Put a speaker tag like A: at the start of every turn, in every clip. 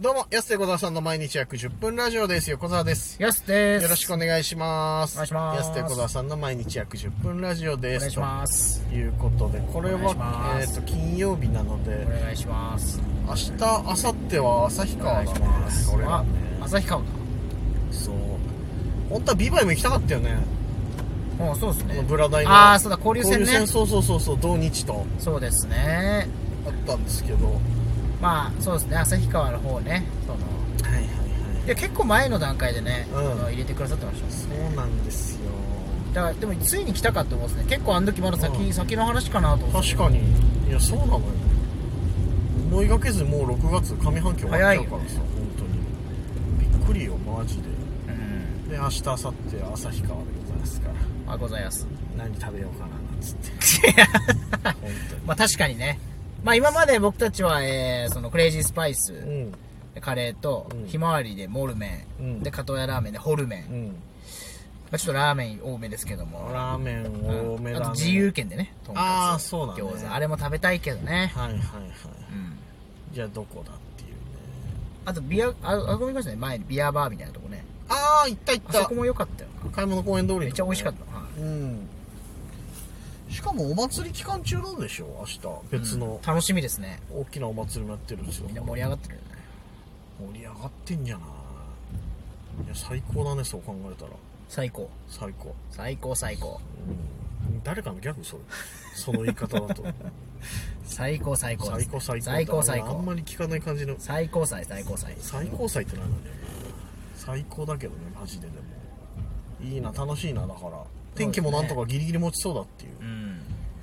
A: どうも、安手小沢さんの毎日約10分ラジオです。横澤です。
B: やすです。
A: よろしくお
B: お
A: 願いします。
B: お願いします
A: 安手小沢さんの毎日約10分ラジオです。
B: 願いします。
A: ということで、これ
B: お願い
A: は、
B: しま
A: えっ、
B: す
A: と、金曜日なの
B: お
A: で、
B: 願いします。
A: 明日、明後日は旭
B: お
A: 川だな。俺ら
B: あ
A: ね、
B: 旭川か。
A: そう。本当はビバイも行きたかったよね。
B: もうそうです
A: あの
B: ね。
A: ブラダイの。
B: ああ、そうだ、交流戦ね。
A: そうそうそうそう、同日と
B: そうですね。
A: あったんですけど。はい
B: まあ、そうですね、旭川の方ね。その
A: はいはい。
B: いや、結構前の段階でね、
A: うん
B: あの入れてくださってました。
A: そうなんですよ。
B: だから、でも、ついに来たかって思うんですね。結構、あの時まだ先、
A: うん
B: 先の話かなと思って。
A: 確かにいやそうなのよ思いがけずもう6月上半期終わっちゃうからさ、本当にびっくりよマジで
B: うん。
A: で明日明後日は旭川でございますから
B: まあ、ございます。
A: 何食べようかななんつって本
B: まあ、確かにね。まあ、今まで僕たちは、えー、その、クレイジースパイス、
A: 当にうん
B: カレーと、
A: うん
B: ひまわりでモルメン、
A: うん
B: で、加藤屋ラーメンでホルメン、
A: うん
B: まあ、ちょっとラーメン多めですけども。
A: ラーメン多めだね
B: あと自由券でね、とんかつ
A: あーそうだね
B: 餃子。あれも食べたいけどね。
A: はいはいはい
B: うん。
A: じゃあどこだっていうね
B: あと、ビア、あ、あそこ行きましたね。前にビアバーみたいなとこね。
A: ああ行った行
B: あ
A: っ
B: そ
A: た
B: こも良かったよな。
A: 買い物公園通りのとこね
B: めっちゃ美味しかった。はい
A: うんしかもお祭り期間中なんでしょ明日別の、
B: 楽しみですね。
A: 大きなお祭りもやってるんですよ
B: みんな
A: 盛
B: 盛り上がってるよね。
A: り上がってんじゃないいや最高だねそう考えたら
B: 最高。
A: 最高、
B: 最高最高。
A: うん、誰かのギャグそれその言い方 だと
B: 最高最高で
A: 最
B: すね、
A: 高最高
B: 最高最
A: あん
B: 高。
A: まり聞かない感じの
B: 最高最最高最。
A: 最高祭ってなんだよね最高だけどねマジででもいいな楽しいなだから天気もなんとかギリギリ持ちそうだっていう
B: うん。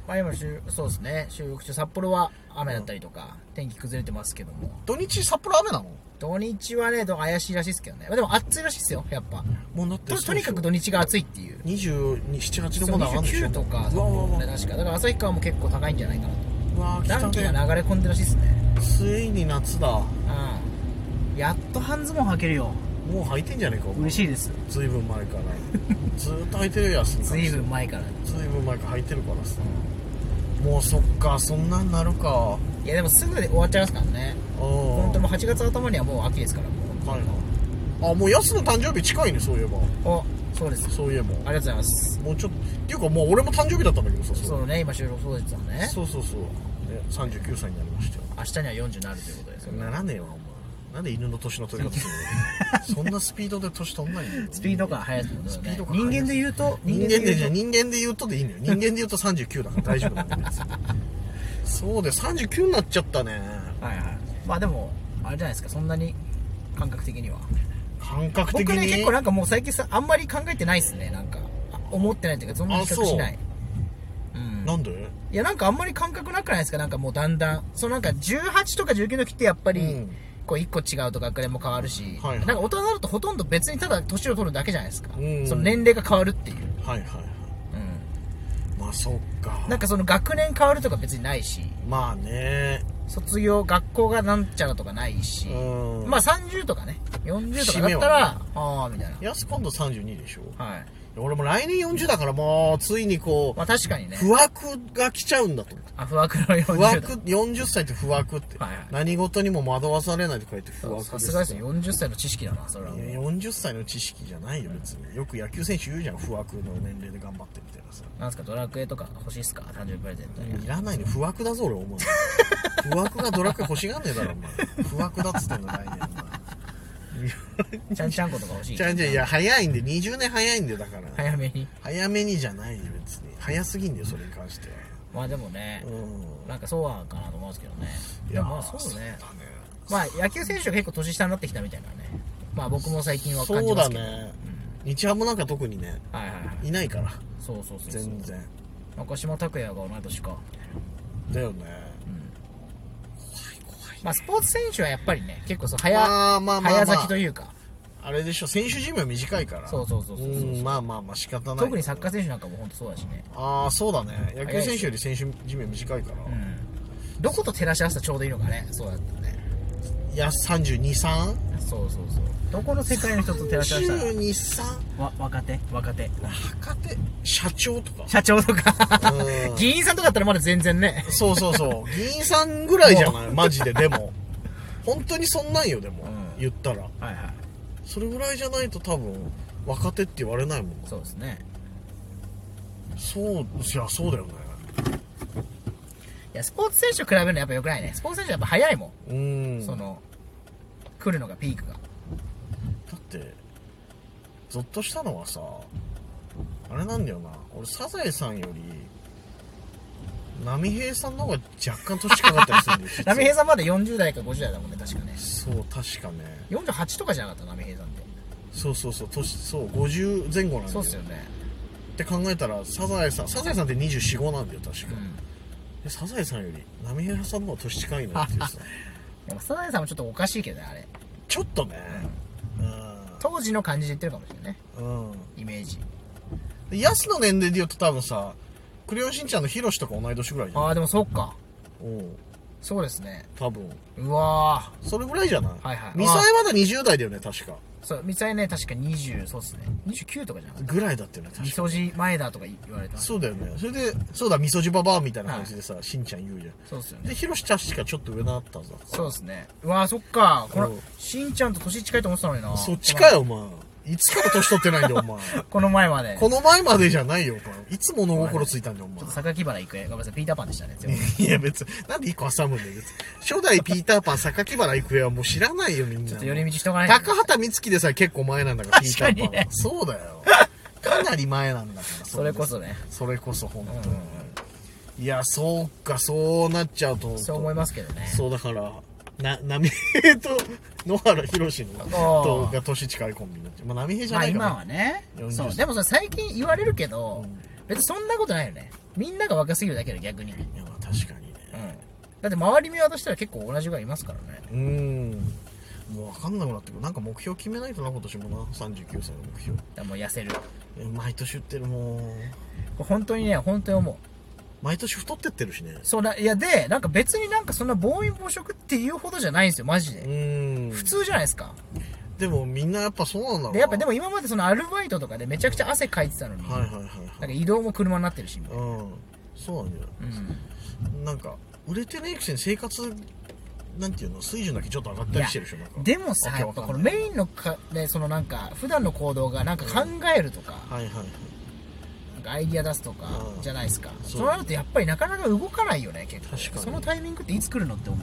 B: まあ今収、そうですね。収録中、札幌は雨だったりとか、天気崩れてますけども。
A: 土日札幌雨なの
B: 土日はね、どうも怪しいらしいですけどね。まあでも暑いらしいですよ、やっぱ。
A: もうだって
B: ととにかく土日が暑いっていう。
A: 278度
B: そう
A: も上がるんでしょ
B: 29とか、
A: うわうわうわ
B: ね確か。だから旭川も結構高いんじゃないかなと。
A: うわ来た
B: 暖気が
A: ね
B: 流れ込んでるらしいですね。
A: ついに夏だも
B: うん。やっと半ズボン履けるよ。
A: う履いてんじゃねえかお前
B: 嬉しいです。
A: ずいぶん前からずーっと履いてるやつ
B: ずいぶん前から。い
A: ずいぶん前から履いてるからさもうそっかそんなんなるか
B: やでもすぐで終わっちゃいますからね。
A: うん
B: 本当もう8月頭にはもう秋ですから、も
A: はいはいあもうやすの誕生日近いねそういえば
B: う。お、そうです。
A: そういえば
B: ありがとうございます。
A: もうちょっとっていうかもう俺も誕生日だったんだけどさ
B: そうのね、今収録当日はね、
A: そうそうそうね39歳になりましたよ
B: 明日には40になるということですよね。
A: ならねえわお前なんで犬の年の取り方するの そんなスピードで年取んないんだよ
B: スピード感速いですもんね。
A: スピード感
B: 人間で言うと、
A: 人間でじゃ
B: 言うと
A: 人間で言うとでいいのよ人間で言うと39だから大丈夫なんだよ別にそうで39になっちゃったね
B: はいはい。まあでも、あれじゃないですか、そんなに感覚的には。
A: 感覚的
B: 僕
A: に
B: ね、結構なんかもう最近さ、あんまり考えてないっすね、なんか。あ思ってないっていうか、そんな比較しない。うん。
A: なんで
B: いや、なんかあんまり感覚なくないですか、なんかもうだんだん。そのなんか18とか19の時ってやっぱり、
A: うん
B: こう1個違うと学年も変わるし、
A: はいはい
B: なんか大人になるとほとんど別にただ年を取るだけじゃないですか。
A: うん
B: その年齢が変わるっていう。
A: はいはいはい
B: うん。
A: まあそっか
B: なんかその学年変わるとか別にないし、
A: まあね
B: 卒業、学校がなんちゃらとかないし、
A: うん
B: まあ30とかね、40とかだったら、ああ、みたいな。
A: やす今度32でしょ
B: はい。
A: 俺も来年40だからもうついにこう
B: まあ確かにね。
A: 不惑が来ちゃうんだと思って
B: あ、不惑の40
A: 不
B: 代。
A: 惑40歳って不惑って、
B: はいはい
A: 何事にも惑わされないとか言って不惑
B: さすがですね、40歳の知識だな、それはもう。
A: いや40歳の知識じゃないよ別によく野球選手言うじゃん不惑の年齢で頑張ってみたいなさ
B: なんすか、ドラクエとか欲しいっすか誕生日プレゼントに。
A: いらないの不惑だぞ俺 思う不惑がドラクエ欲しがんねえだろお前不惑だっつってんの来年
B: ちゃんちゃんことか欲しい。
A: じゃあじゃあいや早いんで20年早いんでだから
B: 早めに。
A: 早めにじゃないよ別に早すぎんだよそれに関しては
B: まあでもね
A: う、ん
B: なんかそうはかなと思うんですけどね。
A: い
B: で
A: や
B: もまあそうね。
A: だね
B: まあ野球選手が結構年下になってきたみたいなね。まあ僕も最近は感
A: そ
B: じ
A: う
B: ま
A: だ
B: すけど。
A: ね日ハムなんか特にね
B: はいはいはい。
A: いないから
B: そうそうそうそう
A: 全。然
B: 中島拓也が同い年か。
A: だよね
B: まあスポーツ選手はやっぱりね、結構そう早、
A: まあまあまあまあ
B: 早咲きというか、
A: あれでしょ選手寿命短いから
B: そうそうそうそうそうん
A: まあまあまあ仕方ない
B: 特にサッカー選手なんかも本当そうだしね。
A: ああそうだね野球選手より選手寿命短いから、
B: うん。どこと照らし合わせたらちょうどいいのかね。そうだったらね。
A: いや323
B: そうそうそう。どこの世界の人と照らし合わせたら。
A: 323
B: わ若手若手
A: 若手社長とか
B: 社長とか
A: うん
B: 議員さんとかだったらまだ全然ね
A: そうそうそう議員さんぐらいじゃないマジででも本当にそんなんよでも、
B: うん
A: 言ったら
B: はいはい
A: それぐらいじゃないと多分若手って言われないもんな
B: そうですね
A: そういやそうだよね
B: いやスポーツ選手と比べるのやっぱ良くないねスポーツ選手やっぱ早いもん、
A: うーん
B: その来るのがピークが
A: だってゾッとしたのはさあれなんだよな俺サザエさんより波平さんの方が若干年かかったりするん ですよ
B: 波平さんまだ40代か50代だもんね確かね
A: そう確かね
B: 48とかじゃなかった波平さんって
A: そうそうそう年そう50前後なんだ
B: そう
A: よ
B: っすよね
A: って考えたらサザエさんサザエさんって245なんだよ確か、
B: うん
A: でサザエさんより波平さんの方が年近いなっていうさ
B: でもサザエさんもちょっとおかしいけどねあれ
A: ちょっとね
B: 当時の感じで言ってるかもしれないね
A: うんうん
B: イメージ
A: でヤスの年齢で言うと多分さ「クレヨンしんちゃん」のヒロシとか同い年ぐらいじゃん
B: ああでもそっか
A: うん
B: そうですね
A: 多分
B: うわ
A: それぐらいじゃない、
B: はいはい
A: ミサイまだ20代だよね確か
B: ーそう三沢ね確か20そうっすね29とかじゃなかっ
A: ぐらいだったよね
B: たみ
A: 確か
B: そじ前だとか言われたそ
A: そうだよねそれでそうだみそじばばあみたいな感じでさ、しんちゃん言うじゃ
B: うっすよ
A: ん
B: ね
A: でヒロシちゃんしかちょっと上なったんだ
B: そうっすねうわーそっかこ
A: う
B: の
A: ん
B: しんちゃんと年近いと思ってたのにな
A: そっちかよお前いつから年取ってないんだよお前
B: この前までちょ
A: この前までじゃないよお前いつ物心ついたんだよお
B: っと
A: 前
B: 榊原郁恵ごめんなさいピーターパンでしたね全部
A: いや別になんで一個挟むんだよ別に初代ピーターパン榊原郁恵はもう知らないよみんな
B: ちょっと寄り道しとかないと
A: 高畑充希でさえ結構前なんだからピー
B: 確
A: タ
B: か
A: ーパン
B: に
A: は
B: ね
A: そうだよかなり前なんだから
B: それこそね
A: それこそ本当に、
B: うん
A: いやそうかそうなっちゃうと
B: そう思いますすけどね
A: そうだからな波平と野原宏の
B: お
A: と
B: ー
A: が年近いコンビになっちゃう、まあ、波平じゃ
B: まあ
A: ないかな、
B: 今はね
A: 40
B: そうでもそれ最近言われるけど、
A: うん
B: 別にそんなことないよねみんなが若すぎるだけで逆に、うん、
A: いやまあ確かにね
B: だって周り見渡したら結構同じぐらいいますからね
A: うんもう分かんなくなってくるなんか目標決めないとな今年もな39歳の目標
B: だからもう痩せるこ
A: え毎年言ってるもう
B: れ本当にね本当に思う
A: 毎年太ってってるしね
B: そうないやでなんか別になんかそんな暴飲暴食っていうほどじゃないんですよマジで、
A: うん
B: 普通じゃないですか
A: でもみんなやっぱそうなんだろうな
B: でやっぱでも今までそのアルバイトとかでめちゃくちゃ汗かいてたのに、
A: はいはいはいは
B: なん
A: い
B: か移動も車になってるしみたいな
A: うんそうなんだよ
B: うん
A: なんか売れてないくせに生活なんていうの水準だけちょっと上がったりしてるでしょなんか
B: でもさ
A: わけ
B: やっ
A: わ
B: ぱ
A: かん
B: こ
A: ない
B: のメインのか、ね、そのなんか普段の行動がなんか考えるとか、
A: はいはいはい
B: なんかアイディア出すとか
A: うん
B: じゃないですか、
A: そう
B: そうなるとやっぱりなかなか動かないよね結構
A: 確かに
B: そのタイミングっていつ来るのって思う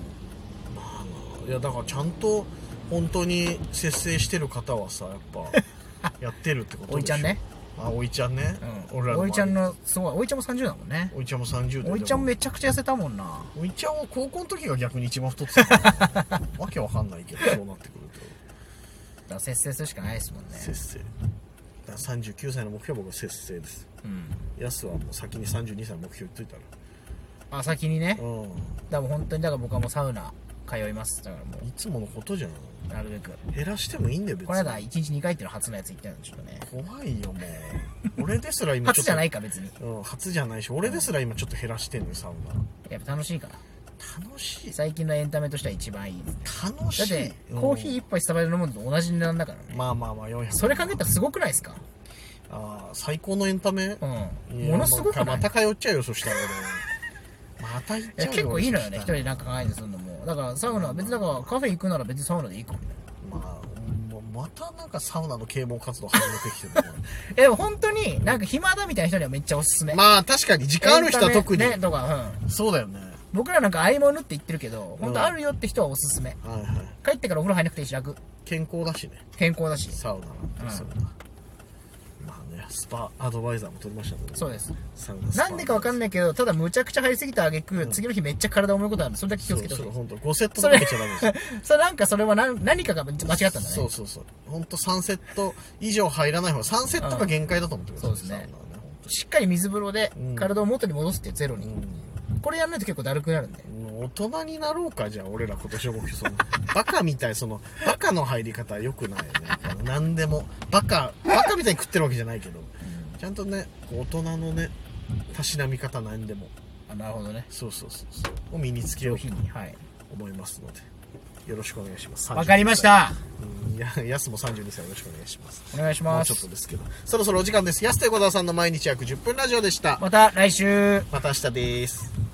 A: まあまあいやだからちゃんと本当に節制してる方はさやっ ぱやってるってことでしょ
B: おいちゃんね、
A: あおいちゃんね、
B: うん、
A: 俺ら
B: おいちゃん
A: の
B: のすごいおいちゃんも30だもんね
A: おいちゃんも30代
B: おいちゃんめちゃくちゃ痩せたもんな
A: おいちゃんは高校の時が逆に一番太ってたから わけわかんないけどそうなってくる
B: だから節制するしかないですもんね
A: と、節制だから39歳の目標は僕は節制です
B: うん、
A: やすはもう先に32歳の目標言っといたら
B: あ先にね
A: う
B: だからもう本当にだから僕はもうサウナ通いますだからも
A: んいつものことじゃん
B: うなるべく
A: 減らしてもいいんだよ別
B: この間1日2回っていうの初のやつ行ったのちょっとね
A: 怖いよもう俺ですら今ちょ
B: 初
A: っと
B: じゃないか別に
A: うん、初じゃないし俺ですら今ちょっと減らしてんのよサウ
B: やっぱ楽しいから
A: ナ楽しい
B: 最近のエンタメとしては一番いい
A: 楽し
B: だっ
A: い
B: てコーヒー1杯スタバで飲むのと同じ値段だからね
A: うんまあまあまあ400
B: それ考えたらすごくないですか
A: あー最高のエンタメ、
B: うん
A: いや
B: ものすごく
A: ま
B: ない
A: あまた通っちゃうよそしたら俺 また行っ
B: い
A: ちゃう
B: や
A: よ
B: 結構いいのよね
A: そ
B: 一
A: し
B: 人
A: たら
B: でなんか考えてするのもだからサウナは別にだからカフェ行くなら別にサウナでいいかも
A: まあもうまたなんかサウナの啓蒙活動始めてきてるな
B: えでも本当になんか暇だみたいな人にはめっちゃおすすめ
A: まあ確かに時間ある人は特に、
B: エンタメねとかうん
A: そうだよね
B: 僕らなんか合い物って言ってるけど本当あるよって人はおすすめ
A: はいはい
B: 帰ってからお風呂入らなくていいし楽
A: 健康だしね
B: 健康だし
A: サウナなんてそうだ、まあねスパアドバイザーも取りましたね
B: そうです
A: サウナスパ
B: なんでかわかんないけどただむちゃくちゃ入りすぎた挙句次の日めっちゃ体重いことあるそれだけ気をつけて
A: そ
B: ほ
A: う
B: し
A: そう
B: い
A: 本当5セット
B: そ
A: と
B: れ
A: けちゃダメですよ
B: それなんかそれは何何かが間違ったんだね
A: そうそうそう本当3セット以上入らない方が3セットが限界だと思ってください、
B: うんそうです
A: サ
B: ね
A: ウナはね本
B: しっかり水風呂で
A: うん
B: 体を元に戻すっていうゼロに、これやらないと結構だるくなるん
A: 当
B: で
A: にもう大人になろうかじゃあ俺ら今年の目標そのバカみたいそのバカの入り方は良くないよねやっぱ何でもバカバカみたいに食ってるわけじゃないけどちゃんとねこう大人のねたしなみ方何でも
B: あなるほどね
A: そうそうそうそうを身につけよう
B: 日にはい
A: 思いますのでよろしくお願いします
B: わかりました
A: 32うんいややすも32歳よろしくお願いします
B: お願いし
A: も
B: ま
A: うちょっ
B: す
A: とですけどそろそろお時間ですやすと横澤さんの毎日約10分ラジオでした
B: また来週
A: また明日です